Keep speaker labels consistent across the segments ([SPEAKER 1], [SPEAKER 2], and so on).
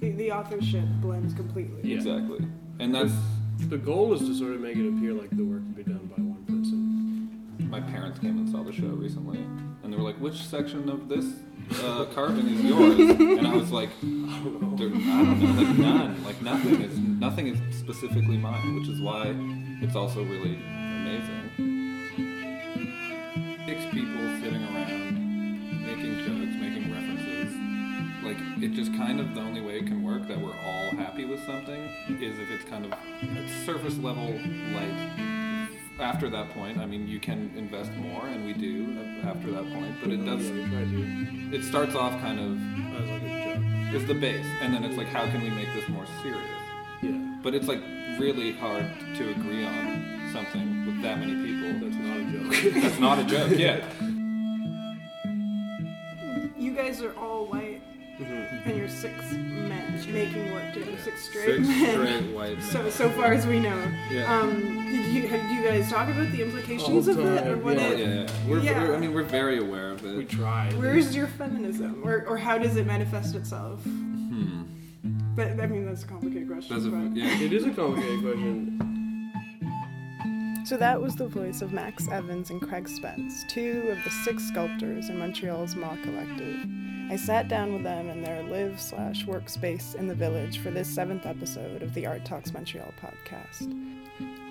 [SPEAKER 1] the authorship blends completely.
[SPEAKER 2] Yeah.
[SPEAKER 3] Exactly. And that's
[SPEAKER 2] The goal is to sort of make it appear like the work can be done by one person.
[SPEAKER 3] my parents came and saw the show recently, and they were like, "Which section of this uh, carving is yours?" and I was like,
[SPEAKER 2] I don't know.
[SPEAKER 3] There, I don't know, like none, like nothing is nothing is specifically mine, which is why it's also really amazing. Six people sitting around, making jokes, making references. Like it just kind of the only way it can work that we're all happy with something is if it's kind of at surface level. Like after that point, I mean, you can invest more, and we do uh, after that point. But it does.
[SPEAKER 2] Yeah, we try to
[SPEAKER 3] It starts off kind of
[SPEAKER 2] as like a joke.
[SPEAKER 3] is the base, and then it's like, how can we make this more serious?
[SPEAKER 2] Yeah,
[SPEAKER 3] But it's like really hard to agree on something with that many people.
[SPEAKER 2] that's not a joke.
[SPEAKER 3] That's not a joke. Yeah,
[SPEAKER 1] You guys are all white, and you're six men making work together. Six straight
[SPEAKER 3] Mm-hmm. six
[SPEAKER 1] men.
[SPEAKER 3] straight white men.
[SPEAKER 1] So so far as we know.
[SPEAKER 3] Yeah.
[SPEAKER 1] Um, did you have you guys talk about the implications
[SPEAKER 2] All
[SPEAKER 1] of it or
[SPEAKER 2] time,
[SPEAKER 1] what
[SPEAKER 3] Oh, yeah,
[SPEAKER 1] it?
[SPEAKER 3] yeah, yeah. We're,
[SPEAKER 1] Yeah.
[SPEAKER 3] we're- I mean, we're very aware of
[SPEAKER 2] we
[SPEAKER 3] it.
[SPEAKER 2] tried.
[SPEAKER 1] Where is your feminism, or or how does it manifest itself?
[SPEAKER 3] Hmm.
[SPEAKER 1] But I mean, that's a complicated question.
[SPEAKER 3] That's a,
[SPEAKER 1] but-
[SPEAKER 3] yeah.
[SPEAKER 2] It is a complicated question.
[SPEAKER 4] So that was the voice of Max Evans and Craig Spence, two of the six sculptors in Montreal's Ma Collective. I sat down with them in their live slash workspace in the village for this seventh episode of the Art Talks Montreal podcast.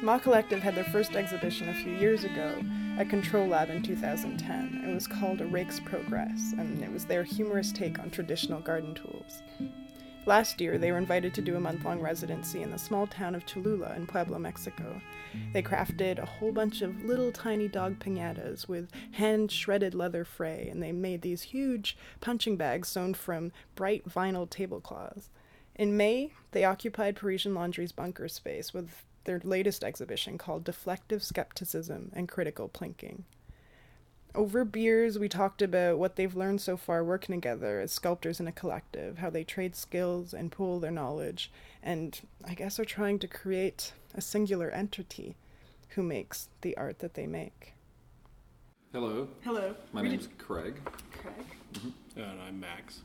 [SPEAKER 4] Ma Collective had their first exhibition a few years ago at Control Lab in 2010. It was called A Rake's Progress, and it was their humorous take on traditional garden tools. Last year, they were invited to do a month long residency in the small town of Cholula in Puebla, Mexico. They crafted a whole bunch of little tiny dog pinatas with hand shredded leather fray, and they made these huge punching bags sewn from bright vinyl tablecloths. In May, they occupied Parisian Laundry's bunker space with their latest exhibition called Deflective Skepticism and Critical Plinking. Over beers, we talked about what they've learned so far working together as sculptors in a collective, how they trade skills and pool their knowledge, and I guess are trying to create a singular entity who makes the art that they make.
[SPEAKER 3] Hello,
[SPEAKER 1] Hello.
[SPEAKER 3] my name's Craig.
[SPEAKER 1] Craig,
[SPEAKER 2] And I'm Max.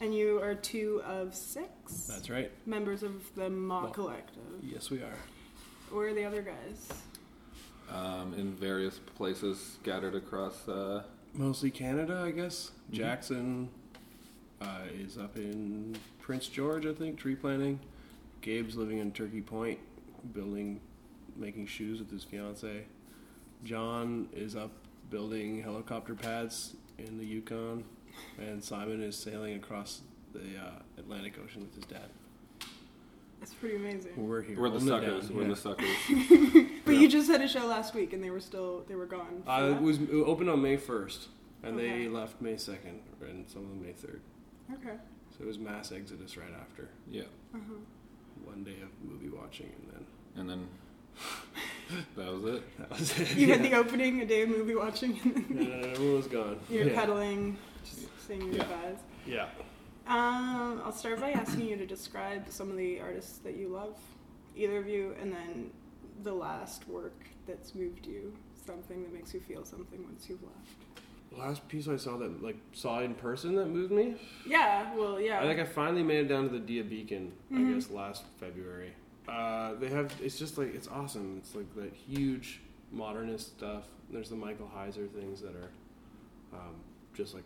[SPEAKER 1] and you are two of six
[SPEAKER 2] That's right.
[SPEAKER 1] members of the Ma
[SPEAKER 2] Ma.
[SPEAKER 1] Collective.
[SPEAKER 2] Yes, we are.
[SPEAKER 1] Where are the other guys?
[SPEAKER 3] Um, in various places scattered across. Uh,
[SPEAKER 2] Mostly Canada, I guess.
[SPEAKER 3] Mm-hmm.
[SPEAKER 2] Jackson uh, is up in Prince George, I think, tree planting. Gabe's living in Turkey Point, building, making shoes with his fiance. John is up building helicopter pads in the Yukon, and Simon is sailing across the uh, Atlantic Ocean with his dad.
[SPEAKER 1] That's pretty amazing.
[SPEAKER 2] We're here.
[SPEAKER 3] we're the
[SPEAKER 2] holding it
[SPEAKER 3] suckers.
[SPEAKER 2] down,
[SPEAKER 3] We're
[SPEAKER 2] yeah.
[SPEAKER 3] the suckers.
[SPEAKER 1] But you just had a show last week, and they were still they were gone. for
[SPEAKER 2] Uh,
[SPEAKER 1] that?
[SPEAKER 2] it was it opened on May first, and
[SPEAKER 1] Okay.
[SPEAKER 2] they left May second, and some of them May third.
[SPEAKER 1] okay.
[SPEAKER 2] So it was mass exodus right after
[SPEAKER 3] Yeah,
[SPEAKER 1] Uh-huh.
[SPEAKER 2] one day of movie watching, and then
[SPEAKER 3] and then that was it.
[SPEAKER 2] that was it.
[SPEAKER 1] You had the opening, a day of movie watching, and then
[SPEAKER 2] and then everyone was gone.
[SPEAKER 1] you're
[SPEAKER 2] yeah.
[SPEAKER 1] pedaling, just saying your
[SPEAKER 3] Yeah.
[SPEAKER 1] goodbyes.
[SPEAKER 2] yeah.
[SPEAKER 1] Um, I'll start by asking you to describe some of the artists that you love, either of you, and then the last work that's moved you, something that makes you feel something once you've left.
[SPEAKER 2] Last piece I saw that like saw in person that moved me.
[SPEAKER 1] Yeah, well, yeah.
[SPEAKER 2] I think I finally made it down to the Dia Beacon. I
[SPEAKER 1] Mhm.
[SPEAKER 2] guess last February. Uh, they have it's just like it's awesome. It's like that huge modernist stuff. There's the Michael Heiser things that are um, just like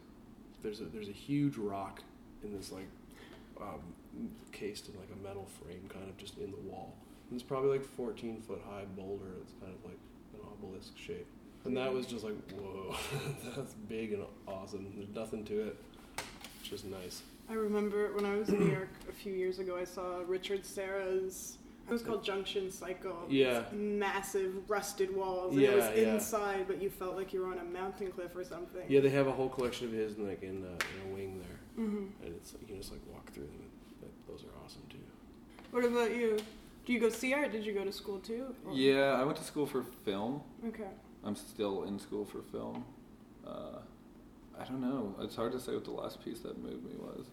[SPEAKER 2] there's a there's a huge rock in this like um, cased in like a metal frame, kind of just in the wall. And it's probably like 14 foot high boulder. It's kind of like an obelisk shape. And that was just like whoa, that's big and awesome. There's nothing to it. It's just nice.
[SPEAKER 1] I remember when I was in New York a few years ago, I saw Richard Serra's. It was called Junction Cycle.
[SPEAKER 2] Yeah.
[SPEAKER 1] Massive rusted walls. And it
[SPEAKER 2] Yeah,
[SPEAKER 1] was
[SPEAKER 2] yeah.
[SPEAKER 1] inside, but you felt like you were on a mountain cliff or something.
[SPEAKER 2] Yeah, they have a whole collection of his in like in, uh, in a wing there,
[SPEAKER 1] hmm
[SPEAKER 2] and it's you can just like walk through them. Like, those are awesome too.
[SPEAKER 1] What about you? Do you go see art? Did you go to school too? Or-
[SPEAKER 3] Yeah, I went to school for film.
[SPEAKER 1] Okay.
[SPEAKER 3] I'm still in school for film. Uh, I don't know. It's hard to say what the last piece that moved me was.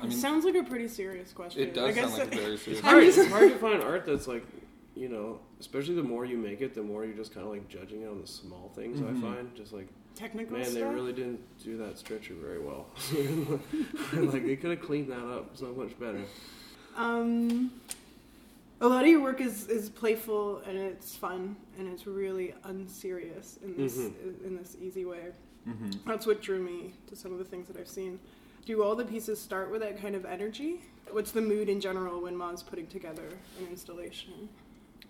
[SPEAKER 3] I
[SPEAKER 1] it
[SPEAKER 3] mean,
[SPEAKER 1] sounds like a pretty serious question.
[SPEAKER 3] it does
[SPEAKER 1] I
[SPEAKER 3] sound
[SPEAKER 1] guess
[SPEAKER 3] like a very serious.
[SPEAKER 2] It's
[SPEAKER 1] I'm
[SPEAKER 2] hard,
[SPEAKER 1] just-
[SPEAKER 2] it's hard to find art that's like, you know, especially the more you make it, the more you're just kind of like judging it on the small things.
[SPEAKER 3] Mhm.
[SPEAKER 2] I find just like,
[SPEAKER 1] technical
[SPEAKER 2] man,
[SPEAKER 1] stuff.
[SPEAKER 2] they really didn't do that stretcher very well. like they could have cleaned that up so much better.
[SPEAKER 1] Um, a lot of your work is, is playful and it's fun and it's really unserious in this in this easy way.
[SPEAKER 3] Mm-hmm.
[SPEAKER 1] That's what drew me to some of the things that I've seen. Do all the pieces start with that kind of energy? What's the mood in general when Ma's putting together an installation?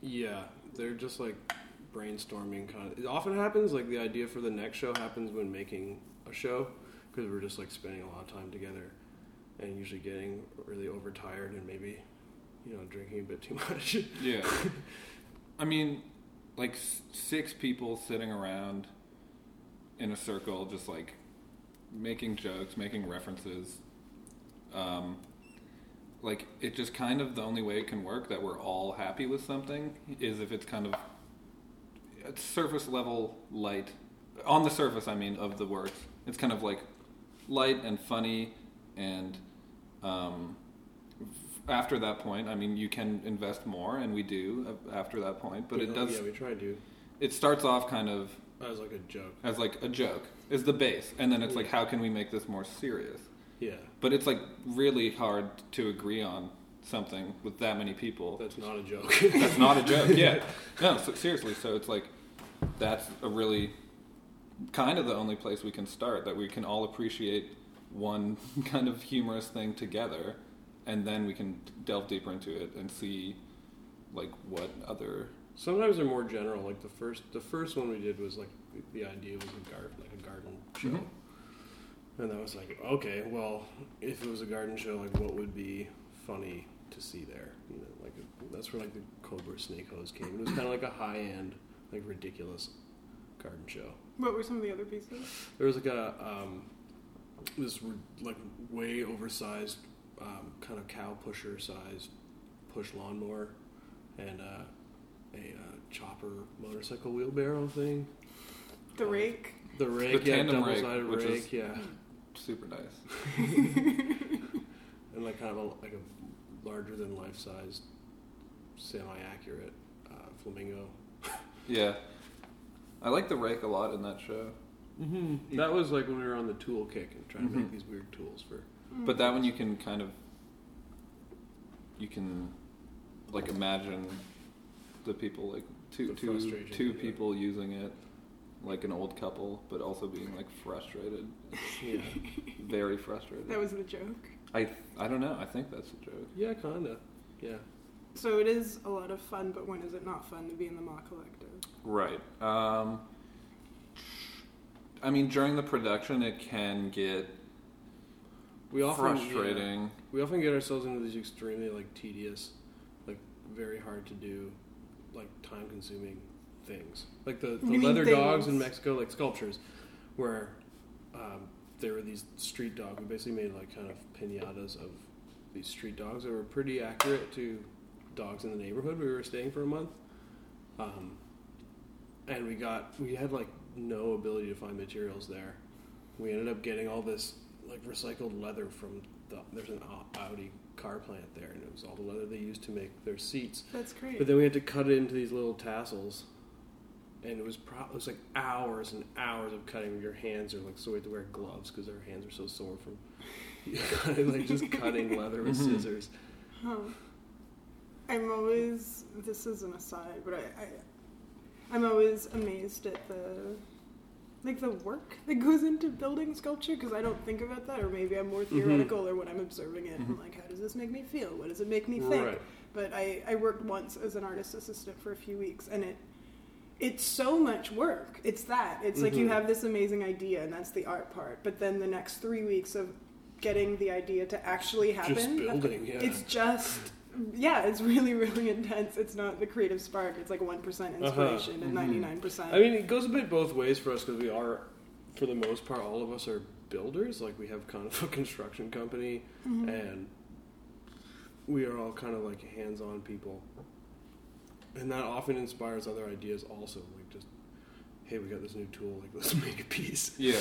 [SPEAKER 2] Yeah, they're just like brainstorming kind of. It often happens like the idea for the next show happens when making a show because we're just like spending a lot of time together and usually getting really overtired and maybe you know drinking a bit too much.
[SPEAKER 3] Yeah. I mean, like s- six people sitting around in a circle, just like making jokes, making references. Um, like, it just kind of the only way it can work that we're all happy with something is if it's kind of at surface level light. On the surface, I mean, of the work. It's kind of like light and funny and. Um, f- after that point, I mean, you can invest more, and we do uh, after that point. But
[SPEAKER 2] We
[SPEAKER 3] it
[SPEAKER 2] don't-
[SPEAKER 3] does
[SPEAKER 2] Yeah, we try to.
[SPEAKER 3] it starts off kind of
[SPEAKER 2] As like a joke.
[SPEAKER 3] as like a joke is the base and then it's like how can we make this more serious
[SPEAKER 2] Yeah,
[SPEAKER 3] but it's like really hard to agree on something with that many people
[SPEAKER 2] that's not a joke.
[SPEAKER 3] that's not a joke yeah no so, seriously so it's like that's a really kind of the only place we can start that we can all appreciate one kind of humorous thing together and then we can delve deeper into it and see like what other
[SPEAKER 2] Sometimes they're more general. Like the first, the first one we did was like the- the idea was a garden, like a garden show,
[SPEAKER 3] Mhm.
[SPEAKER 2] and that was like, okay, well, if it was a garden show, like what would be funny to see there? You know, like that's where like the cobra snake hose came. It was kind of like a high end, like ridiculous garden show.
[SPEAKER 1] What were some of the other pieces?
[SPEAKER 2] There was like a um, this r- like way oversized um, kind of cow pusher sized push lawnmower and uh, a uh, chopper motorcycle wheelbarrow thing.
[SPEAKER 1] The
[SPEAKER 2] Uh,
[SPEAKER 1] rake.
[SPEAKER 2] The rake, yeah,
[SPEAKER 3] tandem
[SPEAKER 2] double
[SPEAKER 3] rake,
[SPEAKER 2] sided
[SPEAKER 3] which
[SPEAKER 2] rake,
[SPEAKER 3] is-
[SPEAKER 2] yeah,
[SPEAKER 3] super nice
[SPEAKER 2] and like kind of a, like a larger than life sized, semi accurate uh, flamingo.
[SPEAKER 3] Yeah. I like the rake a lot in that show.
[SPEAKER 2] Mm-hmm. That was like when we were on the tool kick and trying to
[SPEAKER 3] Mhm.
[SPEAKER 2] make these weird tools for
[SPEAKER 3] But that one you can kind of you can like imagine the people like two
[SPEAKER 2] The
[SPEAKER 3] two
[SPEAKER 2] frustration,
[SPEAKER 3] two
[SPEAKER 2] yeah.
[SPEAKER 3] people using it like an old couple but also being like frustrated,
[SPEAKER 2] yeah,
[SPEAKER 3] very frustrated.
[SPEAKER 1] That was the joke.
[SPEAKER 3] I I don't know. I think that's a joke.
[SPEAKER 2] yeah, kinda, yeah.
[SPEAKER 1] So it is a lot of fun, but when is it not fun to be in the Ma Collective?
[SPEAKER 3] Right. Um, I mean during the production it can get
[SPEAKER 2] We often yeah.
[SPEAKER 3] frustrating.
[SPEAKER 2] We often get ourselves into these extremely like tedious, like very hard to do, like time consuming things. Like the, the
[SPEAKER 1] mean
[SPEAKER 2] leather dogs in
[SPEAKER 1] things?
[SPEAKER 2] Mexico, like sculptures, where um, there were these street dogs. We basically made like kind of pinatas of these street dogs that were pretty accurate to dogs in the neighborhood. We were staying for a month, um, and we got we had like no ability to find materials there. We ended up getting all this like recycled leather from the, there's an Au- Audi car plant there, and it was all the leather they used to make their seats.
[SPEAKER 1] That's great.
[SPEAKER 2] But then we had to cut it into these little tassels, and it was pro- it was like hours and hours of cutting. Your hands are like so we had to wear gloves because our hands are so sore from like just cutting leather with
[SPEAKER 3] Mhm.
[SPEAKER 2] scissors.
[SPEAKER 1] Huh. I'm always. This is an aside, but I, I, I'm always amazed at the, like the work that goes into building sculpture because I don't think about that, or maybe I'm more
[SPEAKER 2] Mm-hmm.
[SPEAKER 1] theoretical, or when I'm observing it, I'm
[SPEAKER 3] Mhm.
[SPEAKER 1] like, how does this make me feel? What does it make me think?
[SPEAKER 2] Right.
[SPEAKER 1] But I, I worked once as an artist assistant for a few weeks, and it, it's so much work. It's that. It's like you
[SPEAKER 2] Mhm.
[SPEAKER 1] have this amazing idea, and that's the art part. But then the next three weeks of getting the idea to actually happen
[SPEAKER 2] Just building, yeah.
[SPEAKER 1] it's just yeah it's really really intense it's not the creative spark it's like 1% inspiration
[SPEAKER 3] Mhm.
[SPEAKER 1] and 99%
[SPEAKER 2] Uh-huh. Mm-hmm. I mean, it goes a bit both ways for us because we are, for the most part, all of us are builders. Like we have kind of a construction company,
[SPEAKER 1] Mm-hmm.
[SPEAKER 2] and we are all kind of like hands-on people, and that often inspires other ideas. Also, like just, hey, we got this new tool. Like let's make a piece.
[SPEAKER 3] Yeah.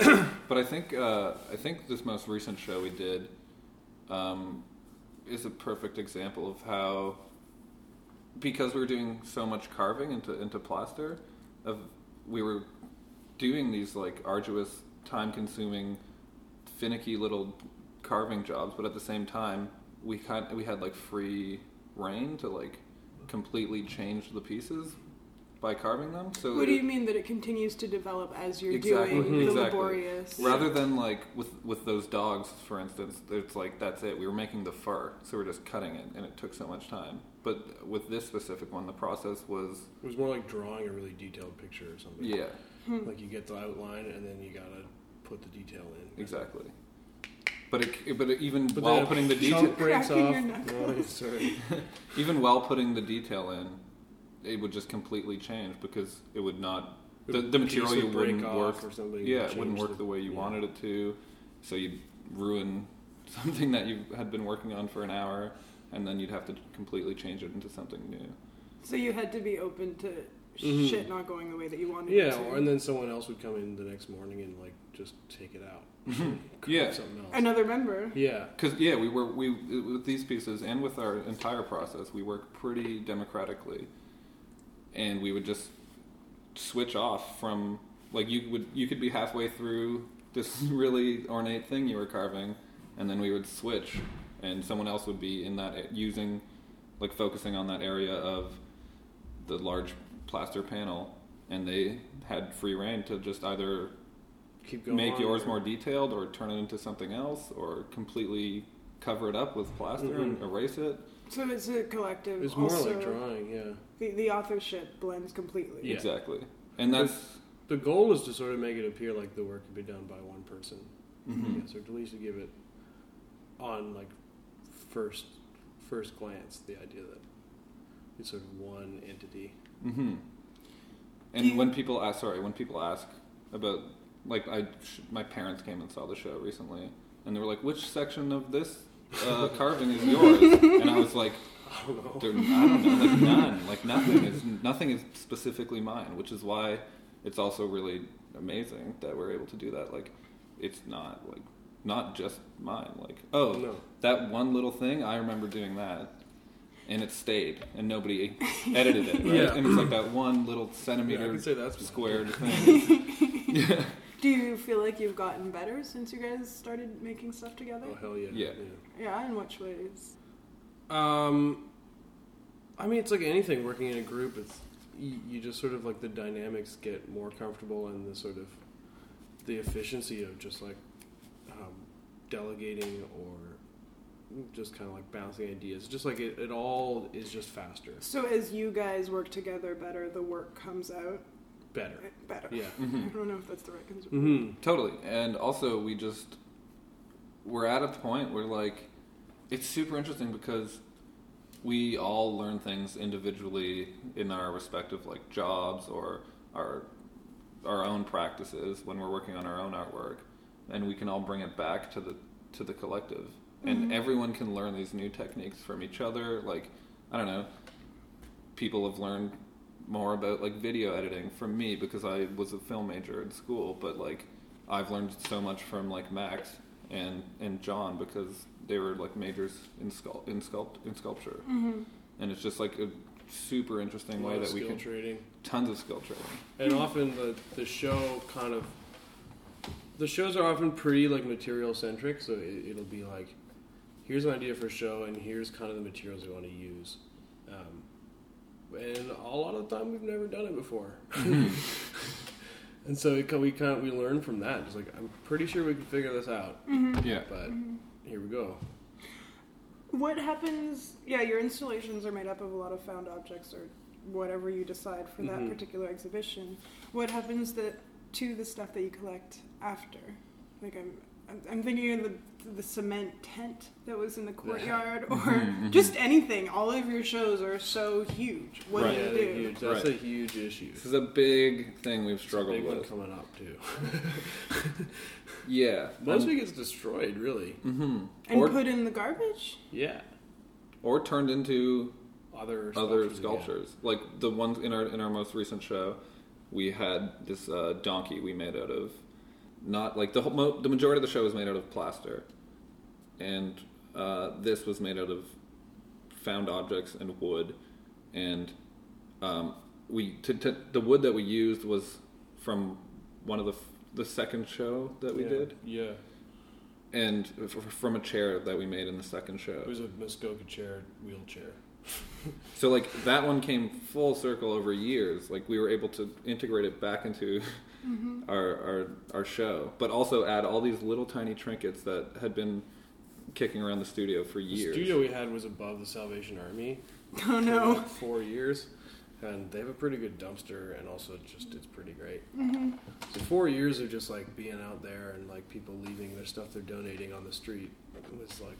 [SPEAKER 1] yeah
[SPEAKER 3] But I think uh, I think this most recent show we did um, is a perfect example of how because we were doing so much carving into into plaster, of we were doing these like arduous, time consuming, finicky little carving jobs, but at the same time we kind we had like free reign to like completely change the pieces by carving them. So
[SPEAKER 1] What do
[SPEAKER 3] it-
[SPEAKER 1] you mean that it continues to develop as you're
[SPEAKER 3] Exactly,
[SPEAKER 1] doing the
[SPEAKER 3] exactly.
[SPEAKER 1] laborious?
[SPEAKER 3] Rather than like with with those dogs, for instance, it's like that's it. We were making the fur, so we're just cutting it, and it took so much time. But with this specific one, the process was
[SPEAKER 2] It was more like drawing a really detailed picture or something.
[SPEAKER 3] yeah,
[SPEAKER 1] Hmm.
[SPEAKER 2] Like you get the outline and then you gotta put the detail in.
[SPEAKER 3] exactly. But it, but it, even
[SPEAKER 2] But
[SPEAKER 3] while
[SPEAKER 2] then
[SPEAKER 3] putting the
[SPEAKER 2] chunk
[SPEAKER 3] detail,
[SPEAKER 2] breaks
[SPEAKER 1] Cracking
[SPEAKER 2] off.
[SPEAKER 1] your knuckles.
[SPEAKER 2] Oh, yeah, sorry.
[SPEAKER 3] even while putting the detail in, it would just completely change because it would not. The- the
[SPEAKER 2] Piece
[SPEAKER 3] material
[SPEAKER 2] would
[SPEAKER 3] you
[SPEAKER 2] break
[SPEAKER 3] wouldn't
[SPEAKER 2] off
[SPEAKER 3] work-
[SPEAKER 2] or something.
[SPEAKER 3] Yeah, it
[SPEAKER 2] change
[SPEAKER 3] wouldn't work the way you
[SPEAKER 2] yeah.
[SPEAKER 3] wanted it to, so you'd ruin something that you had been working on for an hour, and then you'd have to completely change it into something new.
[SPEAKER 1] So you had to be open to
[SPEAKER 2] Mhm.
[SPEAKER 1] shit not going the way that you wanted it
[SPEAKER 2] Yeah,
[SPEAKER 1] to.
[SPEAKER 2] or, and then someone else would come in the next morning and like just take it out. Crap,
[SPEAKER 3] Mm-hmm. Yeah.
[SPEAKER 2] something else.
[SPEAKER 1] Another member.
[SPEAKER 2] yeah,
[SPEAKER 3] Because yeah, we were we with these pieces and with our entire process, we work pretty democratically, and we would just switch off from like you would you could be halfway through this really ornate thing you were carving, and then we would switch, and someone else would be in that using like focusing on that area of the large plaster panel, and they had free reign to just either
[SPEAKER 2] keep going.
[SPEAKER 3] make
[SPEAKER 2] on.
[SPEAKER 3] yours more detailed or turn it into something else or completely cover it up with plaster and
[SPEAKER 2] Mhm.
[SPEAKER 3] erase it.
[SPEAKER 1] So it's a collective.
[SPEAKER 2] It's more
[SPEAKER 1] also,
[SPEAKER 2] like drawing. Yeah,
[SPEAKER 1] The, the authorship blends completely.
[SPEAKER 2] Yeah.
[SPEAKER 3] Exactly. And that's
[SPEAKER 2] the goal is to sort of make it appear like the work could be done by one person.
[SPEAKER 3] Mhm.
[SPEAKER 2] Yes, or at least to give it on like first first glance the idea that it's sort of one entity.
[SPEAKER 3] hmm
[SPEAKER 1] Do
[SPEAKER 3] And
[SPEAKER 1] you-
[SPEAKER 3] when people ask, sorry, when people ask about, like, I, sh- my parents came and saw the show recently, and they were like, "Which section of this uh, carving is yours?" and I was like,
[SPEAKER 2] I don't know.
[SPEAKER 3] There, I don't know, like none, like nothing is nothing is specifically mine, which is why it's also really amazing that we're able to do that. Like, it's not like not just mine. Like, oh,
[SPEAKER 2] No.
[SPEAKER 3] that one little thing I remember doing that, and it stayed, and nobody edited it. Right?
[SPEAKER 2] Yeah.
[SPEAKER 3] and it's like that one little
[SPEAKER 2] Yeah, I
[SPEAKER 3] centimeter
[SPEAKER 2] can say that's mine.
[SPEAKER 3] squared thing. yeah.
[SPEAKER 1] Do you feel like you've gotten better since you guys started making stuff together?
[SPEAKER 2] Oh hell yeah.
[SPEAKER 3] Yeah.
[SPEAKER 1] Yeah, in which ways?
[SPEAKER 2] Um, I mean, it's like anything working in a group. It's you, you just sort of like the dynamics get more comfortable, and the sort of the efficiency of just like um, delegating or just kind of like bouncing ideas. Just like it, it all is just faster,
[SPEAKER 1] So as you guys work together better, the work comes out
[SPEAKER 2] better.
[SPEAKER 1] better.
[SPEAKER 2] Yeah. Mm-hmm.
[SPEAKER 1] I
[SPEAKER 3] hmm
[SPEAKER 1] don't know if that's the right answer.
[SPEAKER 2] hmm
[SPEAKER 3] Totally. And also, we just we're at a point where like it's super interesting because we all learn things individually in our respective like jobs or our our own practices when we're working on our own artwork, and we can all bring it back to the to the collective, and everyone can learn these new techniques from each other. Like I don't know, people have learned more about like video editing from me because I was a film major in school, but like I've learned so much from like Max and and John because they were like majors in sculpt in sculpt in sculpture,
[SPEAKER 1] Mhm.
[SPEAKER 3] and it's just like a super interesting way
[SPEAKER 2] Lot of
[SPEAKER 3] that we
[SPEAKER 2] skill
[SPEAKER 3] can
[SPEAKER 2] trading.
[SPEAKER 3] tons of skill training.
[SPEAKER 2] and often the the show kind of the shows are often pretty like material centric so it, it'll be like here's an idea for a show and here's kind of the materials we want to use um, and a lot of the time we've never done it before
[SPEAKER 3] Mm-hmm.
[SPEAKER 2] and so it, co- we kind of we learn from that just like i'm pretty sure we can figure this out
[SPEAKER 3] Yeah,
[SPEAKER 2] but here we go
[SPEAKER 1] What happens? Yeah, your installations are made up of a lot of found objects or whatever you decide for that
[SPEAKER 2] Mhm.
[SPEAKER 1] particular exhibition. What happens that to the stuff that you collect after? Like I'm, I'm, I'm thinking of the the cement tent that was in the courtyard,
[SPEAKER 2] Mm-hmm.
[SPEAKER 1] or
[SPEAKER 3] Mhm, mhm.
[SPEAKER 1] just anything. All of your shows are so huge. What
[SPEAKER 3] Right.
[SPEAKER 1] do
[SPEAKER 2] yeah,
[SPEAKER 1] you
[SPEAKER 2] they're
[SPEAKER 1] do?
[SPEAKER 2] huge. that's
[SPEAKER 3] Right.
[SPEAKER 2] a huge issue
[SPEAKER 3] this is a big thing we've
[SPEAKER 2] It's a
[SPEAKER 3] struggled
[SPEAKER 2] big one
[SPEAKER 3] with.
[SPEAKER 2] coming up too
[SPEAKER 3] Yeah,
[SPEAKER 2] mostly gets destroyed really
[SPEAKER 3] hmm
[SPEAKER 1] And
[SPEAKER 3] or
[SPEAKER 1] put in the garbage.
[SPEAKER 2] yeah
[SPEAKER 3] or turned into
[SPEAKER 2] other
[SPEAKER 3] other
[SPEAKER 2] yeah.
[SPEAKER 3] sculptures. Like the ones in our in our most recent show, we had this uh, donkey we made out of not like the whole, mo- the majority of the show was made out of plaster, and uh, this was made out of found objects and wood, and um, we to, to, the wood that we used was from one of the f- the second show that we
[SPEAKER 2] yeah.
[SPEAKER 3] did
[SPEAKER 2] Yeah.
[SPEAKER 3] and uh, f- f- from a chair that we made in the second
[SPEAKER 2] It
[SPEAKER 3] show.
[SPEAKER 2] was a Muskoka chair, wheelchair.
[SPEAKER 3] So like that one came full circle over years. Like we were able to integrate it back into our, our our show, but also add all these little tiny trinkets that had been kicking around the studio for
[SPEAKER 2] The
[SPEAKER 3] years.
[SPEAKER 2] studio we had was above the Salvation Army.
[SPEAKER 1] Oh
[SPEAKER 2] for
[SPEAKER 1] no.
[SPEAKER 2] about four years, and they have a pretty good dumpster, and also just it's pretty great.
[SPEAKER 1] Mm-hmm.
[SPEAKER 2] So four years of just like being out there and like people leaving their stuff they're donating on the street was like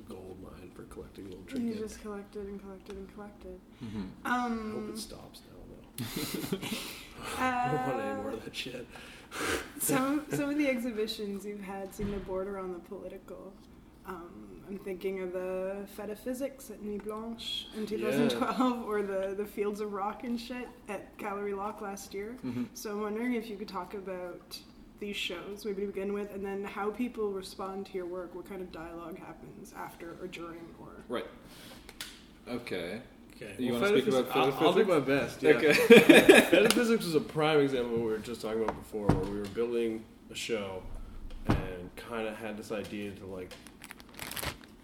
[SPEAKER 2] a gold mine for collecting little
[SPEAKER 1] You
[SPEAKER 2] trinkets.
[SPEAKER 1] just collected and collected and collected.
[SPEAKER 3] Mhm.
[SPEAKER 2] I hope
[SPEAKER 1] Um,
[SPEAKER 2] it stops now though. I don't want any more
[SPEAKER 1] uh,
[SPEAKER 2] of that shit.
[SPEAKER 1] some some of the exhibitions you've had seem to border on the political. Um, I'm thinking of the Feta Physics at Nuit Blanche in 2012, or the, the Fields of Rock and shit at Gallery Lock last year.
[SPEAKER 3] Mhm.
[SPEAKER 1] So I'm wondering if you could talk about these shows, maybe to begin with, and then how people respond to your work. What kind of dialogue happens after or during, or
[SPEAKER 3] Right. Okay.
[SPEAKER 2] Okay.
[SPEAKER 3] You wanna speak about
[SPEAKER 2] I'll, I'll do
[SPEAKER 3] photophysics?
[SPEAKER 2] my best. Yeah.
[SPEAKER 3] Okay.
[SPEAKER 2] Metaphysics was a prime example of what we were just talking about before, where we were building a show and kind of had this idea to like.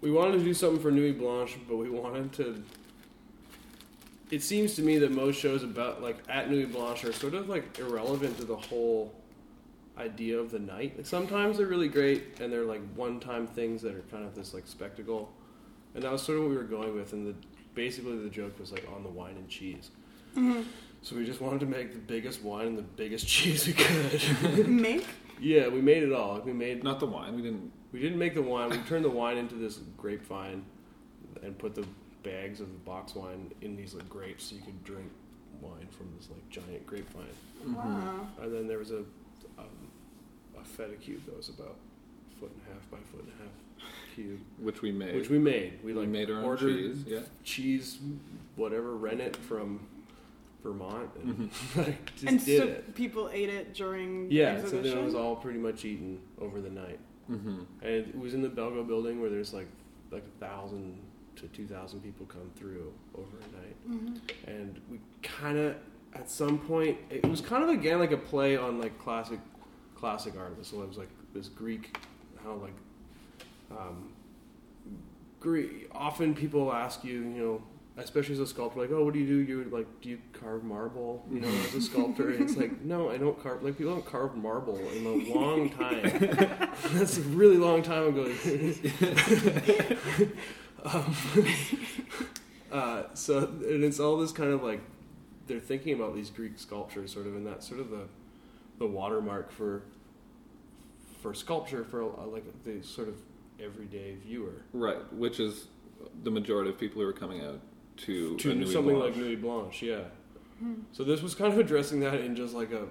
[SPEAKER 2] We wanted to do something for Nuit Blanche, but we wanted to. It seems to me that most shows about like at Nuit Blanche are sort of like irrelevant to the whole idea of the night. Like, sometimes they're really great and they're like one-time things that are kind of this like spectacle, and that was sort of what we were going with. And the basically the joke was like on the wine and cheese. So we just wanted to make the biggest wine and the biggest cheese we could.
[SPEAKER 1] make?
[SPEAKER 2] yeah, we made it all. Like we made
[SPEAKER 3] Not the wine. We didn't.
[SPEAKER 2] we didn't make the wine. We turned the wine into this grapevine and put the bags of the box wine in these like grapes, so you could drink wine from this like giant grapevine.
[SPEAKER 1] Wow.
[SPEAKER 2] And then there was a um, a feta cube that was about a foot and a half by a foot and a half cube,
[SPEAKER 3] Which we made.
[SPEAKER 2] which we made. We
[SPEAKER 3] we
[SPEAKER 2] like
[SPEAKER 3] made our own
[SPEAKER 2] ordered
[SPEAKER 3] cheese. Yeah.
[SPEAKER 2] cheese, whatever, rennet from Vermont, and
[SPEAKER 3] Mm-hmm.
[SPEAKER 2] like, just
[SPEAKER 1] and
[SPEAKER 2] did
[SPEAKER 1] so
[SPEAKER 2] it.
[SPEAKER 1] people ate it during the
[SPEAKER 2] Yeah, so
[SPEAKER 1] exhibition.
[SPEAKER 2] then it was all pretty much eaten over the night.
[SPEAKER 3] Mm-hmm.
[SPEAKER 2] And it was in the Belgo building where there's like like a thousand to two thousand people come through over a night.
[SPEAKER 1] Mhm.
[SPEAKER 2] And we kind of at some point it was kind of again like a play on like classic classic art. So it was like this Greek how like um, Greek. Often people ask you, you know. Especially as a sculptor, like, oh, what do you do? You would, like, do you carve marble? You know, as a sculptor, and it's like, no, I don't carve. Like, people haven't carved marble in a long time. That's a really long time ago. um, uh, so, and it's all this kind of like they're thinking about these Greek sculptures, sort of, and that's sort of the the watermark for for sculpture for uh, like the sort of everyday viewer
[SPEAKER 3] Right. Which is the majority of people who are coming out to, a
[SPEAKER 2] to
[SPEAKER 3] Nuit
[SPEAKER 2] something
[SPEAKER 3] Blanche.
[SPEAKER 2] like Nuit Blanche. Yeah.
[SPEAKER 1] Mm-hmm.
[SPEAKER 2] So this was kind of addressing that in just like a,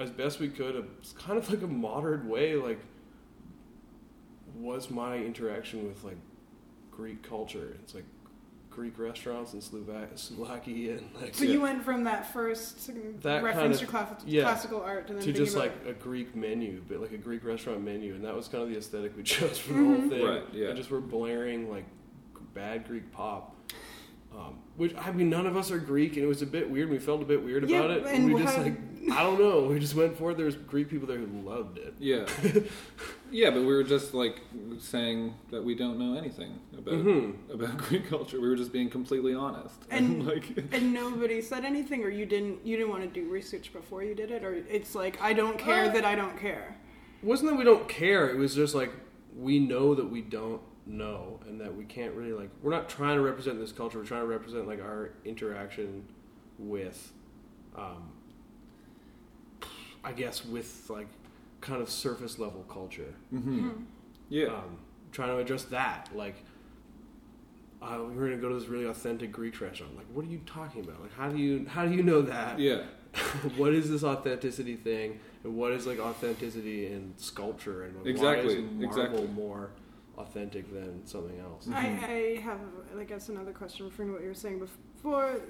[SPEAKER 2] as best we could, a it's kind of like a modern way. Like, was my interaction with like Greek culture? It's like Greek restaurants in Slovak- Slovakia and like
[SPEAKER 1] So you went from that first
[SPEAKER 2] That
[SPEAKER 1] reference
[SPEAKER 2] kind
[SPEAKER 1] to class-
[SPEAKER 2] yeah.
[SPEAKER 1] classical art, and then
[SPEAKER 2] to
[SPEAKER 1] thinking
[SPEAKER 2] just
[SPEAKER 1] about
[SPEAKER 2] like a Greek menu, but like a Greek restaurant menu, and that was kind of the aesthetic we chose for the whole
[SPEAKER 1] Mhm.
[SPEAKER 2] thing.
[SPEAKER 3] Right, yeah.
[SPEAKER 2] And just we're blaring like bad Greek pop. Um, which I mean, none of us are Greek, and it was a bit weird. We felt a bit weird
[SPEAKER 1] Yeah,
[SPEAKER 2] about it.
[SPEAKER 1] and
[SPEAKER 2] we just
[SPEAKER 1] how-
[SPEAKER 2] like I don't know. We just went for it. There was Greek people there who loved it.
[SPEAKER 3] Yeah. yeah, but we were just like saying that we don't know anything about
[SPEAKER 2] Mhm.
[SPEAKER 3] about Greek culture. We were just being completely honest.
[SPEAKER 1] Mm-hmm. And-
[SPEAKER 3] like mm-hmm.
[SPEAKER 1] and nobody said anything, or you didn't you didn't want to do research before you did it, or it's like I don't care
[SPEAKER 2] Uh,
[SPEAKER 1] that I don't care.
[SPEAKER 2] It wasn't that we don't care. It was just like we know that we don't know, and that we can't really like. We're not trying to represent this culture. We're trying to represent like our interaction with, um, I guess, with like kind of surface level culture.
[SPEAKER 1] Mm-hmm.
[SPEAKER 3] hmm Yeah.
[SPEAKER 2] Um, trying to address that, like. Uh, we were gonna go to this really authentic Greek restaurant. Like, what are you talking about? Like, how do you how do you know
[SPEAKER 1] Uh,
[SPEAKER 2] that?
[SPEAKER 3] yeah.
[SPEAKER 2] what is this authenticity thing and what is like authenticity in sculpture and
[SPEAKER 3] Exactly,
[SPEAKER 2] why is marble
[SPEAKER 3] exactly.
[SPEAKER 2] more authentic than something else
[SPEAKER 1] I, I have I guess another question referring to what you were saying before.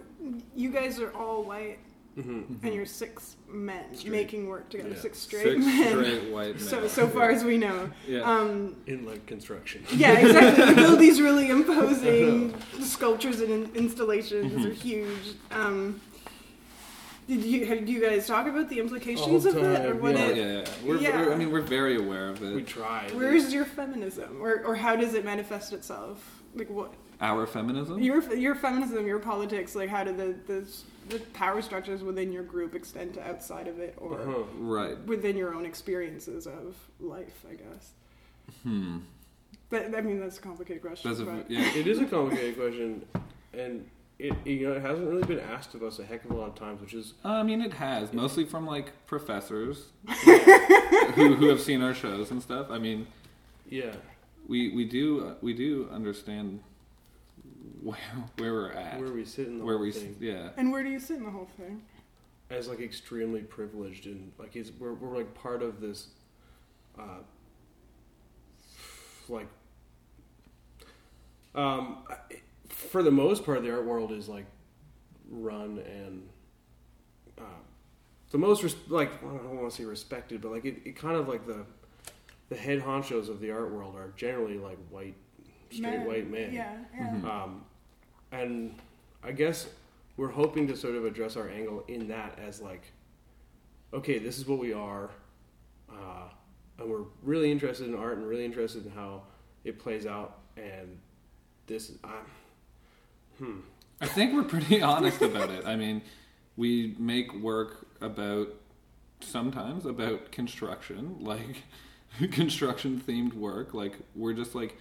[SPEAKER 1] You guys are all white,
[SPEAKER 2] mm-hmm.
[SPEAKER 1] and you're six men
[SPEAKER 2] Straight.
[SPEAKER 1] making work together,
[SPEAKER 2] Yeah.
[SPEAKER 1] six straight
[SPEAKER 3] Six
[SPEAKER 1] men.
[SPEAKER 3] straight white men.
[SPEAKER 1] So so far as we know,
[SPEAKER 3] yeah.
[SPEAKER 1] um,
[SPEAKER 2] in like construction
[SPEAKER 1] Yeah, exactly. You build these really imposing sculptures and in- installations. They're huge. Um, Did you have, do you guys talk about the implications of it or
[SPEAKER 2] time,
[SPEAKER 1] what
[SPEAKER 2] yeah.
[SPEAKER 3] Oh,
[SPEAKER 1] it,
[SPEAKER 3] yeah, yeah. We're,
[SPEAKER 1] Yeah.
[SPEAKER 3] we're- I mean, we're very aware of it.
[SPEAKER 2] We tried.
[SPEAKER 1] Where's your feminism, or, or how does it manifest itself? Like what
[SPEAKER 3] Our feminism.
[SPEAKER 1] your your feminism, your politics, like how do the the, the power structures within your group extend to outside of it, or
[SPEAKER 2] Uh-huh.
[SPEAKER 3] right.
[SPEAKER 1] within your own experiences of life? I guess.
[SPEAKER 3] Hmm.
[SPEAKER 1] But I mean, that's a complicated question.
[SPEAKER 3] That's a,
[SPEAKER 1] but
[SPEAKER 3] yeah.
[SPEAKER 2] It is a complicated question, and it you know it hasn't really been asked of us a heck of a lot of times, which is
[SPEAKER 3] I mean, it has mostly from like professors who who have seen our shows and stuff. I mean,
[SPEAKER 2] yeah.
[SPEAKER 3] we we do uh, we do understand where where we're at,
[SPEAKER 2] Where we sit in the
[SPEAKER 3] where
[SPEAKER 2] whole
[SPEAKER 3] we s-
[SPEAKER 2] thing
[SPEAKER 3] yeah.
[SPEAKER 1] And where do you sit in the whole thing?
[SPEAKER 2] as like extremely privileged and like it's we're we're like part of this, uh, like, um, I- for the most part, the art world is like run and uh, the most res- like I don't want to say respected, but like it, it kind of like the the head honchos of the art world are generally like white, straight
[SPEAKER 1] Men.
[SPEAKER 2] white men.
[SPEAKER 1] Yeah, yeah.
[SPEAKER 3] Mhm.
[SPEAKER 2] Um, and I guess we're hoping to sort of address our angle in that as like, okay, this is what we are, uh, and we're really interested in art and really interested in how it plays out. And this, I, hmm,
[SPEAKER 3] I think we're pretty honest about it. I mean, we make work about sometimes about construction, like construction themed work. Like we're just like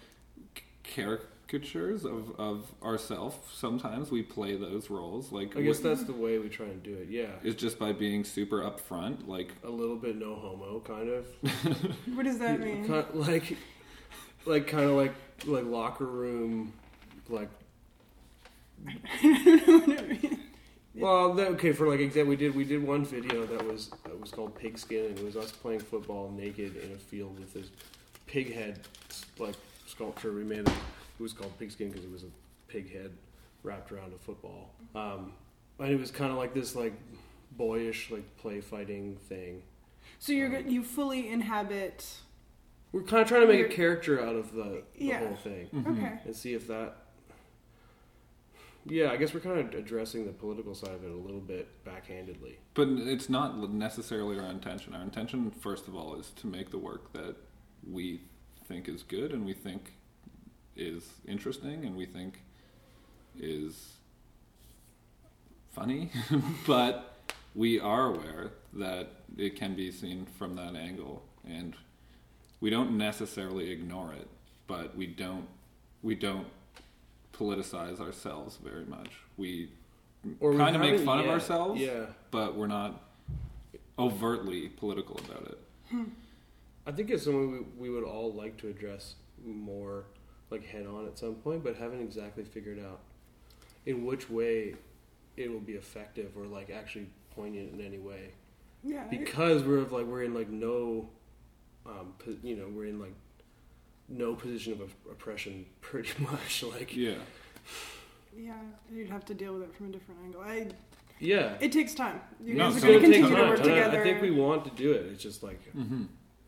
[SPEAKER 3] c- caricatures of of ourselves. Sometimes we play those roles. Like
[SPEAKER 2] I guess
[SPEAKER 3] we-
[SPEAKER 2] that's the way we try and do it. Yeah,
[SPEAKER 3] it's just by being super upfront. Like
[SPEAKER 2] a little bit no homo, kind of,
[SPEAKER 1] What does that mean?
[SPEAKER 2] Kind- like, like kind of like like locker room, like
[SPEAKER 1] I don't know what it means.
[SPEAKER 2] Well, that, okay. For like example, we did we did one video that was that was called Pigskin, and it was us playing football naked in a field with this pig head like sculpture we made. It was called Pigskin because it was a pig head wrapped around a football, um, and it was kind of like this like boyish like play fighting thing.
[SPEAKER 1] So you're go- you fully inhabit.
[SPEAKER 2] We're kind of trying to make
[SPEAKER 1] You're-
[SPEAKER 2] a character out of the, the
[SPEAKER 1] Yeah.
[SPEAKER 2] whole thing
[SPEAKER 3] mhm.
[SPEAKER 1] Okay.
[SPEAKER 2] and see if that. Yeah, I guess we're kind of addressing the political side of it a little bit backhandedly.
[SPEAKER 3] But it's not necessarily our intention. Our intention, first of all, is to make the work that we think is good and we think is interesting and we think is funny. but we are aware that it can be seen from that angle and we don't necessarily ignore it, but we don't we don't politicize ourselves very much. We
[SPEAKER 2] we
[SPEAKER 3] kind of make
[SPEAKER 2] haven't
[SPEAKER 3] fun of
[SPEAKER 2] yet.
[SPEAKER 3] ourselves
[SPEAKER 2] Yeah,
[SPEAKER 3] but we're not overtly political about it.
[SPEAKER 2] I think it's something we, we would all like to address more, like head on at some point, but haven't exactly figured out in which way it will be effective or like actually poignant in any way
[SPEAKER 1] Yeah. I-
[SPEAKER 2] because we're of like we're in like no, um, po- you know, we're in like no position of op- oppression pretty much like
[SPEAKER 3] Yeah.
[SPEAKER 1] Yeah, you'd have to deal with it from a different angle. I,
[SPEAKER 2] yeah.
[SPEAKER 1] it takes time. You
[SPEAKER 3] No,
[SPEAKER 1] guys
[SPEAKER 3] it's
[SPEAKER 1] are going
[SPEAKER 3] gonna
[SPEAKER 1] to
[SPEAKER 2] take
[SPEAKER 1] continue to
[SPEAKER 2] time.
[SPEAKER 1] work
[SPEAKER 2] And I-
[SPEAKER 1] together.
[SPEAKER 2] I think we want to do it. It's just like
[SPEAKER 3] hmm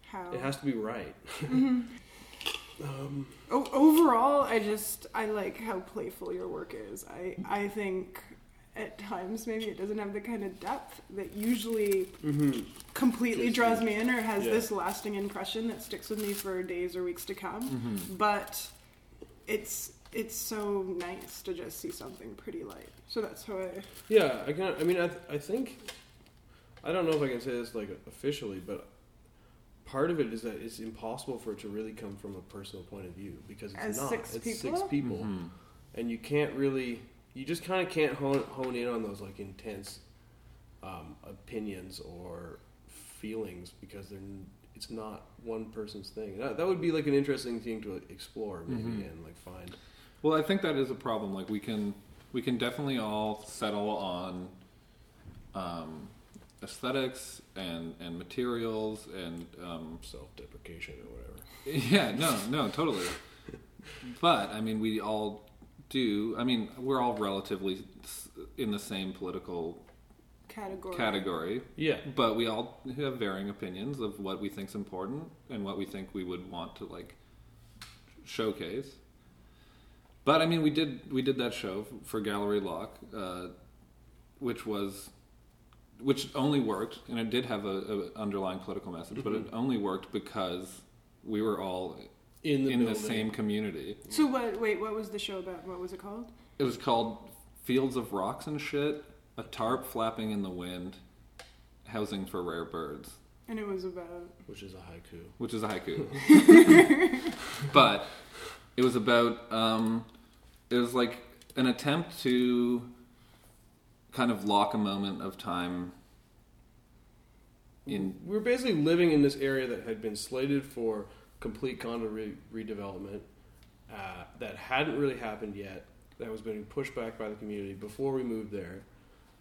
[SPEAKER 1] How?
[SPEAKER 2] it has to be right.
[SPEAKER 1] Mhm.
[SPEAKER 2] Um,
[SPEAKER 1] O- overall, I just I like how playful your work is. I I think at times maybe it doesn't have the kind of depth that usually
[SPEAKER 2] mhm.
[SPEAKER 1] completely
[SPEAKER 2] Just-
[SPEAKER 1] draws me in or has
[SPEAKER 2] yeah.
[SPEAKER 1] this lasting impression that sticks with me for days or weeks to come.
[SPEAKER 3] hmm
[SPEAKER 1] But it's it's so nice to just see something pretty light. So that's how I
[SPEAKER 2] Yeah, I can. I mean, I, th- I think I don't know if I can say this like officially, but part of it is that it's impossible for it to really come from a personal point of view because it's
[SPEAKER 1] As
[SPEAKER 2] not.
[SPEAKER 1] six
[SPEAKER 2] it's
[SPEAKER 1] people?
[SPEAKER 2] six people,
[SPEAKER 3] Mm-hmm.
[SPEAKER 2] and you can't really. You just kind of can't hone hone in on those like intense um, opinions or feelings because they're. n- It's not one person's thing. That, that would be like an interesting thing to explore, maybe,
[SPEAKER 3] Mhm.
[SPEAKER 2] and like find.
[SPEAKER 3] Well, I think that is a problem. Like we can we can definitely all settle on um, aesthetics and and materials and um,
[SPEAKER 2] Self-deprecation or whatever.
[SPEAKER 3] yeah no no totally. but I mean, we all do. I mean, we're all relatively s- in the same political
[SPEAKER 1] category.
[SPEAKER 3] category.
[SPEAKER 2] Yeah,
[SPEAKER 3] but we all have varying opinions of what we think's important and what we think we would want to like showcase but i mean we did we did that show for gallery lock uh, which was which only worked, and it did have a, a underlying political message, but
[SPEAKER 2] Mm-hmm.
[SPEAKER 3] it only worked because we were all
[SPEAKER 2] in the
[SPEAKER 3] in the
[SPEAKER 2] building.
[SPEAKER 3] same community.
[SPEAKER 1] So what? Wait, what was the show about? What was it called?
[SPEAKER 3] It was called Fields of Rocks and Shit, a tarp flapping in the wind, housing for rare birds,
[SPEAKER 1] And it was about.
[SPEAKER 2] which is a haiku.
[SPEAKER 3] which is a haiku. but it was about um, it was like an attempt to kind of lock a moment of time in
[SPEAKER 2] We were basically living in this area that had been slated for complete condo re- redevelopment uh, that hadn't really happened yet. That was being pushed back by the community before we moved there,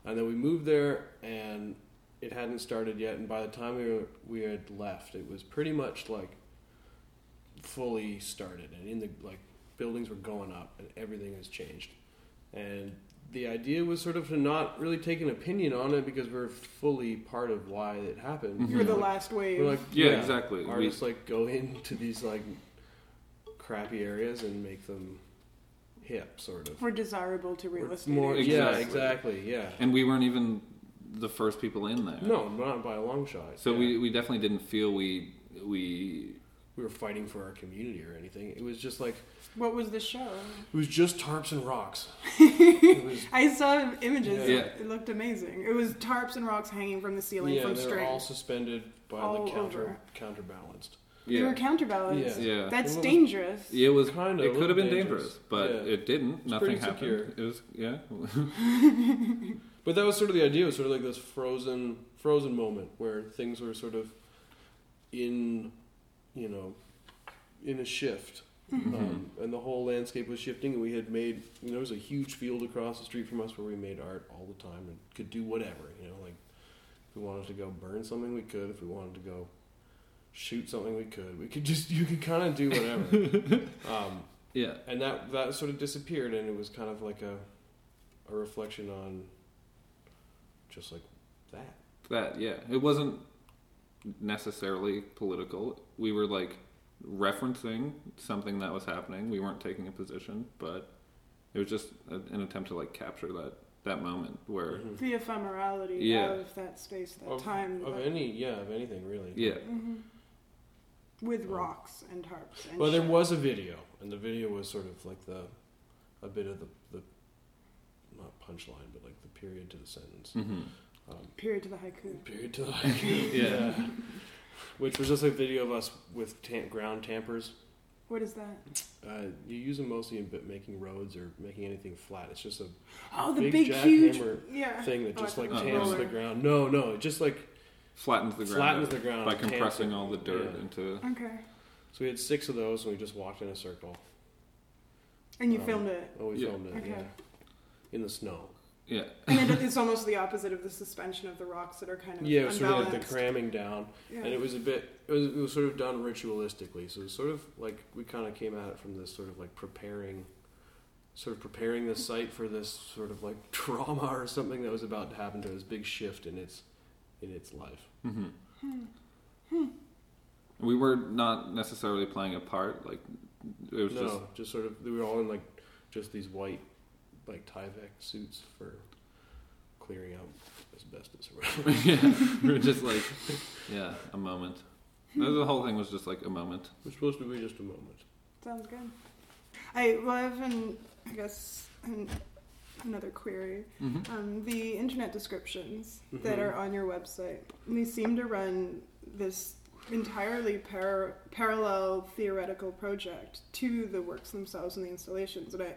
[SPEAKER 2] and then we moved there and it hadn't started yet. And by the time we were, we had left, it was pretty much like fully started and in the like buildings were going up and everything has changed. And the idea was sort of to not really take an opinion on it because we're fully part of why it happened.
[SPEAKER 3] Mhm.
[SPEAKER 1] You were the
[SPEAKER 2] Like,
[SPEAKER 1] last wave.
[SPEAKER 2] we're like,
[SPEAKER 3] Yeah, exactly. We-
[SPEAKER 2] Artists like go into these like crappy areas and make them hip, sort of.
[SPEAKER 1] we're desirable to
[SPEAKER 2] We're
[SPEAKER 1] realistic.
[SPEAKER 2] more,
[SPEAKER 1] neighbors.
[SPEAKER 2] yeah,
[SPEAKER 3] Exactly.
[SPEAKER 2] exactly, yeah.
[SPEAKER 3] and we weren't even the first people in there
[SPEAKER 2] No, not by a long shot.
[SPEAKER 3] so
[SPEAKER 2] yeah.
[SPEAKER 3] we, we definitely didn't feel we we
[SPEAKER 2] we were fighting for our community or anything. It was just like
[SPEAKER 1] What was the show?
[SPEAKER 2] it was just tarps and rocks. it was
[SPEAKER 1] I saw images.
[SPEAKER 3] Yeah.
[SPEAKER 1] It looked amazing. It was tarps and rocks hanging from the ceiling
[SPEAKER 2] yeah,
[SPEAKER 1] from
[SPEAKER 2] they're
[SPEAKER 1] string.
[SPEAKER 2] all suspended by
[SPEAKER 1] All
[SPEAKER 2] the counter
[SPEAKER 1] over.
[SPEAKER 2] counterbalanced.
[SPEAKER 1] They
[SPEAKER 3] yeah
[SPEAKER 1] were counterbalanced.
[SPEAKER 3] yeah
[SPEAKER 1] That's
[SPEAKER 2] It was-
[SPEAKER 1] dangerous.
[SPEAKER 3] it was
[SPEAKER 2] Kinda,
[SPEAKER 3] it could have been dangerous,
[SPEAKER 2] dangerous.
[SPEAKER 3] but
[SPEAKER 2] Yeah.
[SPEAKER 3] it didn't nothing
[SPEAKER 2] pretty
[SPEAKER 3] happened
[SPEAKER 2] secure.
[SPEAKER 3] it was yeah
[SPEAKER 2] But that was sort of the idea. It was sort of like this frozen, frozen moment where things were sort of in, you know, in a shift,
[SPEAKER 3] Mm-hmm.
[SPEAKER 2] um, and the whole landscape was shifting. And we had made, you know, there was a huge field across the street from us where we made art all the time and could do whatever. You know, like if we wanted to go burn something, we could. If we wanted to go shoot something, we could. We could just, you could kind of do whatever. um,
[SPEAKER 3] yeah
[SPEAKER 2] and that that sort of disappeared and it was kind of like a a reflection on just like that
[SPEAKER 3] that yeah it wasn't necessarily political we were like referencing something that was happening we weren't taking a position but it was just a, an attempt to like capture that that moment where
[SPEAKER 2] Mhm.
[SPEAKER 1] The ephemerality
[SPEAKER 3] Yeah.
[SPEAKER 1] of that space, that
[SPEAKER 2] of,
[SPEAKER 1] time.
[SPEAKER 2] of
[SPEAKER 1] that-
[SPEAKER 2] any yeah of anything really
[SPEAKER 3] yeah
[SPEAKER 1] Mhm. With
[SPEAKER 2] Um,
[SPEAKER 1] rocks and harps. And
[SPEAKER 2] Mm-hmm. well there
[SPEAKER 1] shit.
[SPEAKER 2] was a video and the video was sort of like the a bit of the the not punchline but like the period to the sentence
[SPEAKER 3] hmm
[SPEAKER 2] um,
[SPEAKER 1] Period to the haiku.
[SPEAKER 2] period to the haiku
[SPEAKER 3] Yeah.
[SPEAKER 2] which was just a video of us with tam- ground tampers
[SPEAKER 1] What is that?
[SPEAKER 2] uh, you use them mostly in b- making roads or making anything flat it's just a
[SPEAKER 1] Oh, the
[SPEAKER 2] Big
[SPEAKER 1] big,
[SPEAKER 2] jackhammer
[SPEAKER 1] huge. Yeah.
[SPEAKER 2] thing that
[SPEAKER 1] Oh,
[SPEAKER 2] just
[SPEAKER 1] I
[SPEAKER 2] like
[SPEAKER 3] thought it
[SPEAKER 2] tamps the
[SPEAKER 3] was
[SPEAKER 1] roller.
[SPEAKER 2] ground. No, no, it just like
[SPEAKER 3] flattens the ground
[SPEAKER 2] flattens
[SPEAKER 3] out
[SPEAKER 2] the ground
[SPEAKER 3] by
[SPEAKER 2] and tamps
[SPEAKER 3] compressing
[SPEAKER 2] it.
[SPEAKER 3] all the dirt
[SPEAKER 2] Yeah.
[SPEAKER 3] into
[SPEAKER 1] Okay.
[SPEAKER 2] So we had six of those, and we just walked in a circle.
[SPEAKER 1] And you
[SPEAKER 2] Um,
[SPEAKER 1] filmed it.
[SPEAKER 2] Oh, we
[SPEAKER 3] Yeah.
[SPEAKER 2] filmed it.
[SPEAKER 1] Okay.
[SPEAKER 2] Yeah, in the snow.
[SPEAKER 3] yeah
[SPEAKER 1] And it, it's almost the opposite of the suspension of the rocks that are kind of
[SPEAKER 2] Yeah, it was
[SPEAKER 1] unbalanced.
[SPEAKER 2] sort of like the cramming down,
[SPEAKER 1] yeah.
[SPEAKER 2] and it was a bit. It was, it was sort of done ritualistically. So it was sort of like we kind of came at it from this sort of like preparing, sort of preparing the site for this sort of like trauma or something that was about to happen to this big shift in its, in its life.
[SPEAKER 3] hmm mm-hmm. we were not necessarily playing a part like it was
[SPEAKER 2] no,
[SPEAKER 3] just
[SPEAKER 2] just, sort of they were all in like just these white like Tyvek suits for clearing out asbestos or whatever.
[SPEAKER 3] yeah, we were just like, yeah, a moment. The whole thing was just like a moment.
[SPEAKER 2] It was supposed to be just a moment.
[SPEAKER 1] Sounds good. I well, I have an I guess an, another query.
[SPEAKER 3] Mm-hmm.
[SPEAKER 1] Um, the internet descriptions that
[SPEAKER 2] Mhm.
[SPEAKER 1] are on your website, they seem to run this entirely par- parallel theoretical project to the works themselves and the installations. And I,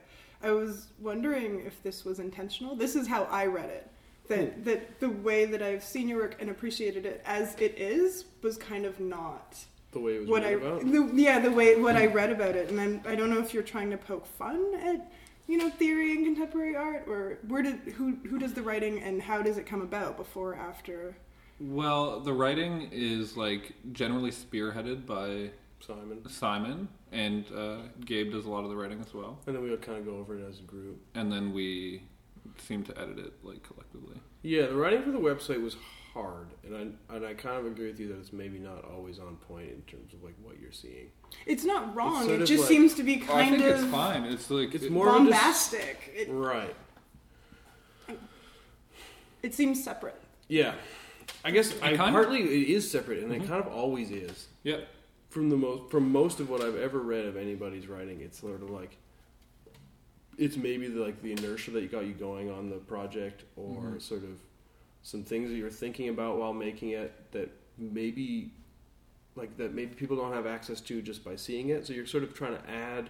[SPEAKER 1] I was wondering if this was intentional. This is how I read it. That, that the way that I've seen your work and appreciated it as it is was kind of not
[SPEAKER 2] The way it was
[SPEAKER 1] what I
[SPEAKER 2] made about.
[SPEAKER 1] the, yeah the way what I read about it, and I'm, I don't know if you're trying to poke fun at you know theory and contemporary art, or where did who who does the writing and how does it come about before after?
[SPEAKER 3] Well, the writing is like generally spearheaded by
[SPEAKER 2] Simon.
[SPEAKER 3] Simon, and uh, Gabe does a lot of the writing as well.
[SPEAKER 2] And then we would kind of go over it as a group.
[SPEAKER 3] And then we seem to edit it like collectively.
[SPEAKER 2] Yeah, the writing for the website was hard, and I and I kind of agree with you that it's maybe not always on point in terms of like what you're seeing.
[SPEAKER 1] It's not wrong.
[SPEAKER 2] sort
[SPEAKER 1] it
[SPEAKER 2] of
[SPEAKER 1] just
[SPEAKER 2] like-
[SPEAKER 1] seems to be
[SPEAKER 3] Oh, I
[SPEAKER 1] kind
[SPEAKER 3] think
[SPEAKER 1] of
[SPEAKER 3] it's fine. It's like
[SPEAKER 2] It's
[SPEAKER 3] it-
[SPEAKER 2] more- of just-
[SPEAKER 1] bombastic. It,
[SPEAKER 2] Right.
[SPEAKER 1] it seems separate.
[SPEAKER 2] Yeah, I guess I,
[SPEAKER 3] kind of- Mm-hmm.
[SPEAKER 2] partly it is separate, and it kind of always is.
[SPEAKER 3] Yep.
[SPEAKER 2] From the most, from most of what I've ever read of anybody's writing, it's sort of like it's maybe the, like the inertia that got you going on the project, or
[SPEAKER 3] Mhm.
[SPEAKER 2] sort of some things that you're thinking about while making it that maybe like that maybe people don't have access to just by seeing it. So you're sort of trying to add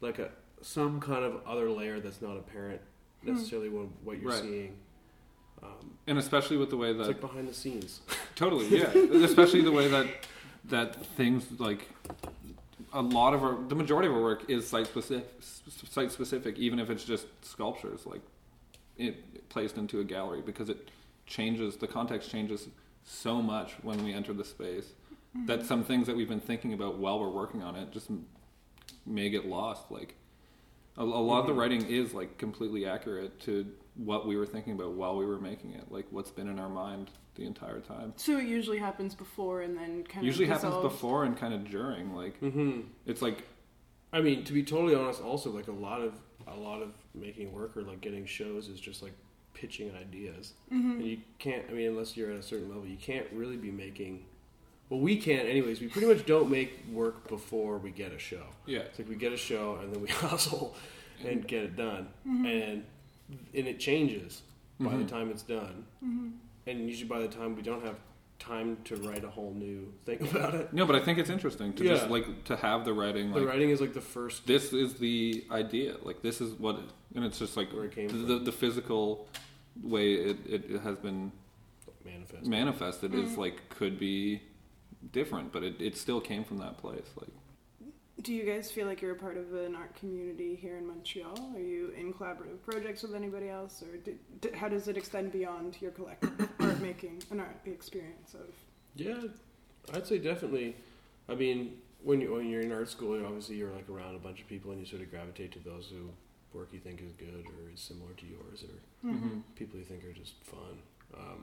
[SPEAKER 2] like a some kind of other layer that's not apparent necessarily when what you're
[SPEAKER 3] Hmm. Right.
[SPEAKER 2] seeing. Um,
[SPEAKER 3] And especially with the way
[SPEAKER 2] it's
[SPEAKER 3] that
[SPEAKER 2] like behind the scenes.
[SPEAKER 3] Totally, yeah. Especially the way that that things like a lot of our the majority of our work is site specific, site specific, even if it's just sculptures like it placed into a gallery because it changes the context changes so much when we enter the space that some things that we've been thinking about while we're working on it just m- may get lost like a, a lot of the writing is like completely accurate to what we were thinking about while we were making it like what's been in our mind the entire time
[SPEAKER 1] So it usually happens before and then kind
[SPEAKER 3] usually
[SPEAKER 1] of
[SPEAKER 3] happens
[SPEAKER 1] dissolves.
[SPEAKER 3] before and kind of during like
[SPEAKER 2] hmm
[SPEAKER 3] it's like
[SPEAKER 2] I mean, to be totally honest, also like a lot of a lot of making work or like getting shows is just like pitching ideas, and you can't. I mean, unless you're at a certain level, you can't really be making. Well, we can't, anyways. We pretty much don't make work before we get a show.
[SPEAKER 3] yeah
[SPEAKER 2] It's like we get a show and then we hustle and get it done, and and it changes by the
[SPEAKER 3] Mhm.
[SPEAKER 2] time it's done, and usually by the time we don't have time to write a whole new thing about it.
[SPEAKER 3] no but i think it's interesting to just
[SPEAKER 2] Yeah.
[SPEAKER 3] like to have the writing
[SPEAKER 2] The
[SPEAKER 3] like
[SPEAKER 2] writing is like the first
[SPEAKER 3] this is the idea like this is what and it's just like
[SPEAKER 2] Where it came
[SPEAKER 3] the,
[SPEAKER 2] from.
[SPEAKER 3] the, the physical way it, it, it has been
[SPEAKER 2] manifest.
[SPEAKER 3] manifested is like could be different but it, it still came from that place like
[SPEAKER 1] Do you guys feel like you're a part of an art community here in Montreal? Are you in collaborative projects with anybody else, or d d how does it extend beyond your collective art making and art the experience of?
[SPEAKER 2] Yeah, I'd say definitely. I mean, when you when you're in art school, you obviously you're like around a bunch of people, and you sort of gravitate to those who work you think is good or is similar to yours, or
[SPEAKER 1] Mm-hmm.
[SPEAKER 3] mhm.
[SPEAKER 2] people you think are just fun. Um,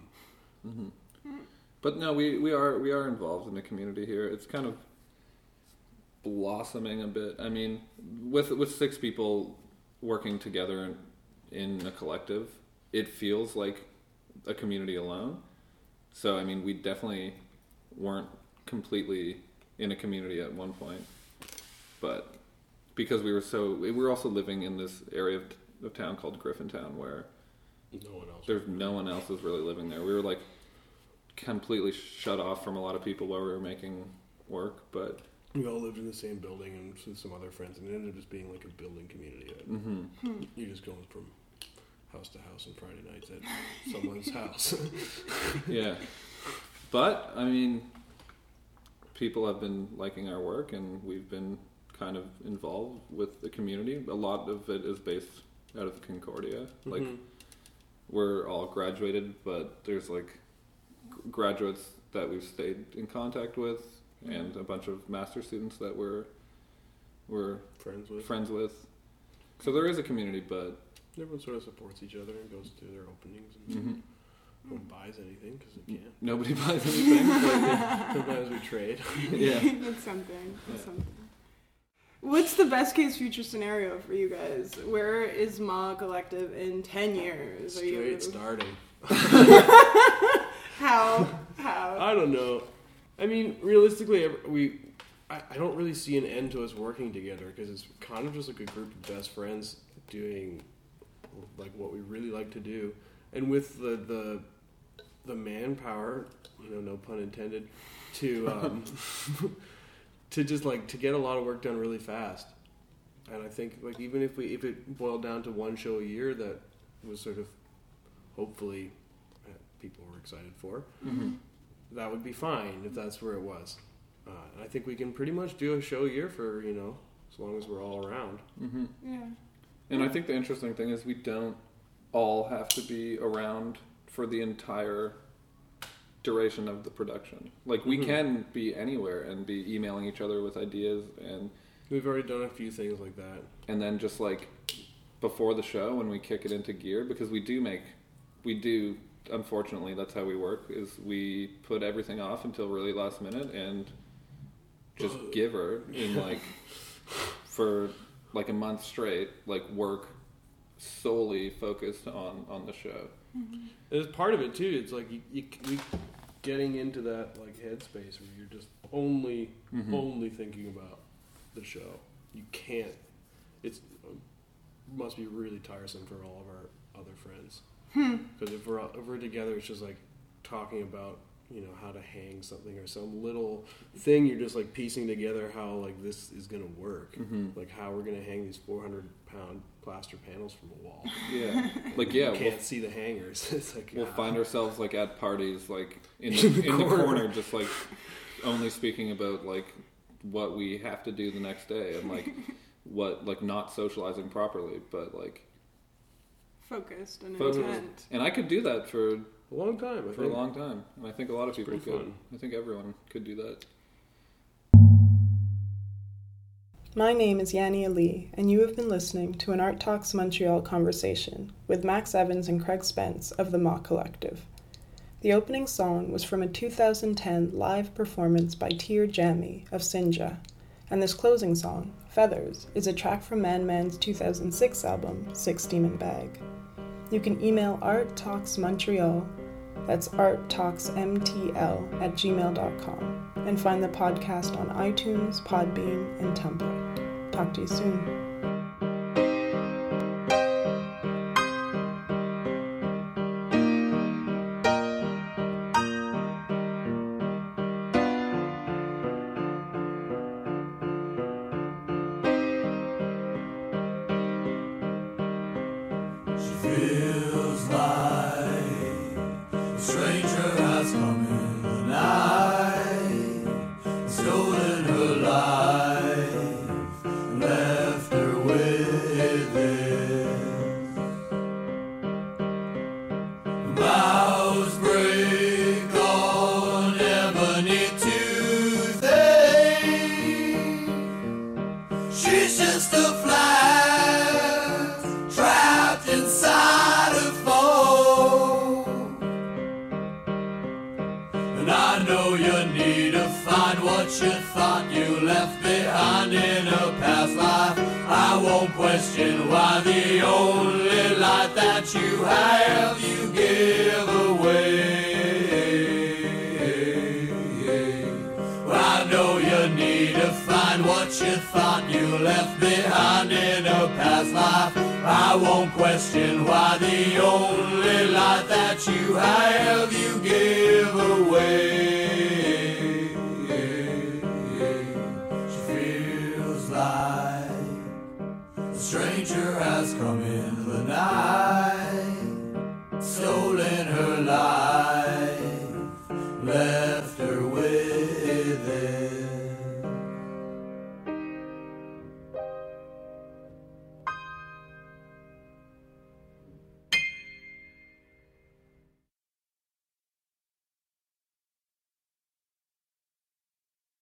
[SPEAKER 3] hmm But no, we, we are we are involved in the community here. It's kind of blossoming a bit. I mean, with with six people working together in, in a collective, it feels like a community alone. So I mean, we definitely weren't completely in a community at one point, but because we were so we were also living in this area of, of town called Griffintown where
[SPEAKER 2] no one else.
[SPEAKER 3] there's no one else was really living there. We were like completely shut off from a lot of people while we were making work, but
[SPEAKER 2] We all lived in the same building and with some other friends, and it ended up just being like a building community.
[SPEAKER 3] hmm
[SPEAKER 2] You're just going from house to house on Friday nights at someone's house.
[SPEAKER 3] yeah. But I mean, people have been liking our work, and we've been kind of involved with the community. A lot of it is based out of Concordia, like
[SPEAKER 2] Mhm.
[SPEAKER 3] we're all graduated, but there's like g- graduates that we've stayed in contact with, and a bunch of master students that we're we're
[SPEAKER 2] friends with
[SPEAKER 3] friends with. So there is a community, but
[SPEAKER 2] everyone sort of supports each other and goes to their openings and
[SPEAKER 3] mhm.
[SPEAKER 2] no one buys anything because it can't.
[SPEAKER 3] nobody buys anything.
[SPEAKER 2] Sometimes we trade.
[SPEAKER 3] yeah.
[SPEAKER 1] that's something. That's
[SPEAKER 3] Yeah.
[SPEAKER 1] something. What's the best case future scenario for you guys? Where is Ma Collective in ten years? Are you-
[SPEAKER 2] Straight starting.
[SPEAKER 1] How? How?
[SPEAKER 2] I don't know. I mean, realistically, ev- we. I, I don't really see an end to us working together because it's kind of just like a group of best friends doing like what we really like to do, and with the the the manpower, you know, no pun intended, to um, to just like to get a lot of work done really fast. And I think like even if we if it boiled down to one show a year that was sort of hopefully uh, people were excited for,
[SPEAKER 3] Mhm.
[SPEAKER 2] that would be fine if that's where it was. Uh, and I think we can pretty much do a show a year for you know as long as we're all around.
[SPEAKER 3] Mhm.
[SPEAKER 1] Yeah.
[SPEAKER 3] And I think the interesting thing is we don't all have to be around for the entire duration of the production. Like we
[SPEAKER 2] Mhm.
[SPEAKER 3] can be anywhere and be emailing each other with ideas and
[SPEAKER 2] We've already done a few things like that.
[SPEAKER 3] and then just like before the show when we kick it into gear because we do make we do unfortunately that's how we work is we put everything off until really last minute and just give her in like for like a month straight like work solely focused on on the show.
[SPEAKER 2] It's part of it too. It's like you, you, you getting into that like headspace where you're just only
[SPEAKER 3] Mhm.
[SPEAKER 2] only thinking about the show. You can't. It's must be really tiresome for all of our other friends. Because if we're all- if we're together, it's just like talking about you know how to hang something or some little thing. You're just like piecing together how like this is gonna work,
[SPEAKER 3] Mhm.
[SPEAKER 2] like how we're gonna hang these 400 pound plaster panels from a wall.
[SPEAKER 3] Yeah, like yeah,
[SPEAKER 2] you
[SPEAKER 3] we'll,
[SPEAKER 2] can't see the hangers. it's like
[SPEAKER 3] we'll
[SPEAKER 2] ah.
[SPEAKER 3] find ourselves like at parties, like in the, in the, corner. just like only speaking about like what we have to do the next day and like what like not socializing properly, but like
[SPEAKER 5] Focused and
[SPEAKER 3] Focused.
[SPEAKER 5] intent.
[SPEAKER 3] and I could do that for
[SPEAKER 2] a long time. I
[SPEAKER 3] for a
[SPEAKER 2] think.
[SPEAKER 3] long time, and I think a lot of people
[SPEAKER 2] pretty
[SPEAKER 3] could.
[SPEAKER 2] fun.
[SPEAKER 3] I think everyone could do that.
[SPEAKER 1] My name is Yanni Ali, and you have been listening to an Art Talks Montreal conversation with Max Evans and Craig Spence of the Ma Collective. The opening song was from a 2010 live performance by Tier Jammy of Sinja, and this closing song, Feathers, is a track from Man Man's 2006 album, Six Demon Bag. You can email Art Talks Montreal, that's Art Talks MTL at gmail.com, and find the podcast on iTunes, Podbean, and Tumblr. Talk to you soon.
[SPEAKER 6] She feels like a stranger has come in the night, and stolen her life, and left her with this. Boughs break on ebony eh? toothache. She's just a fly trapped inside a phone. And I know you need to find what you thought you left behind in a past life. I won't question why the only light that you have you give away. I know you need to find what you thought you left behind in a past life. I won't question why the only light that you have you give away. She feels like a stranger has come in the night.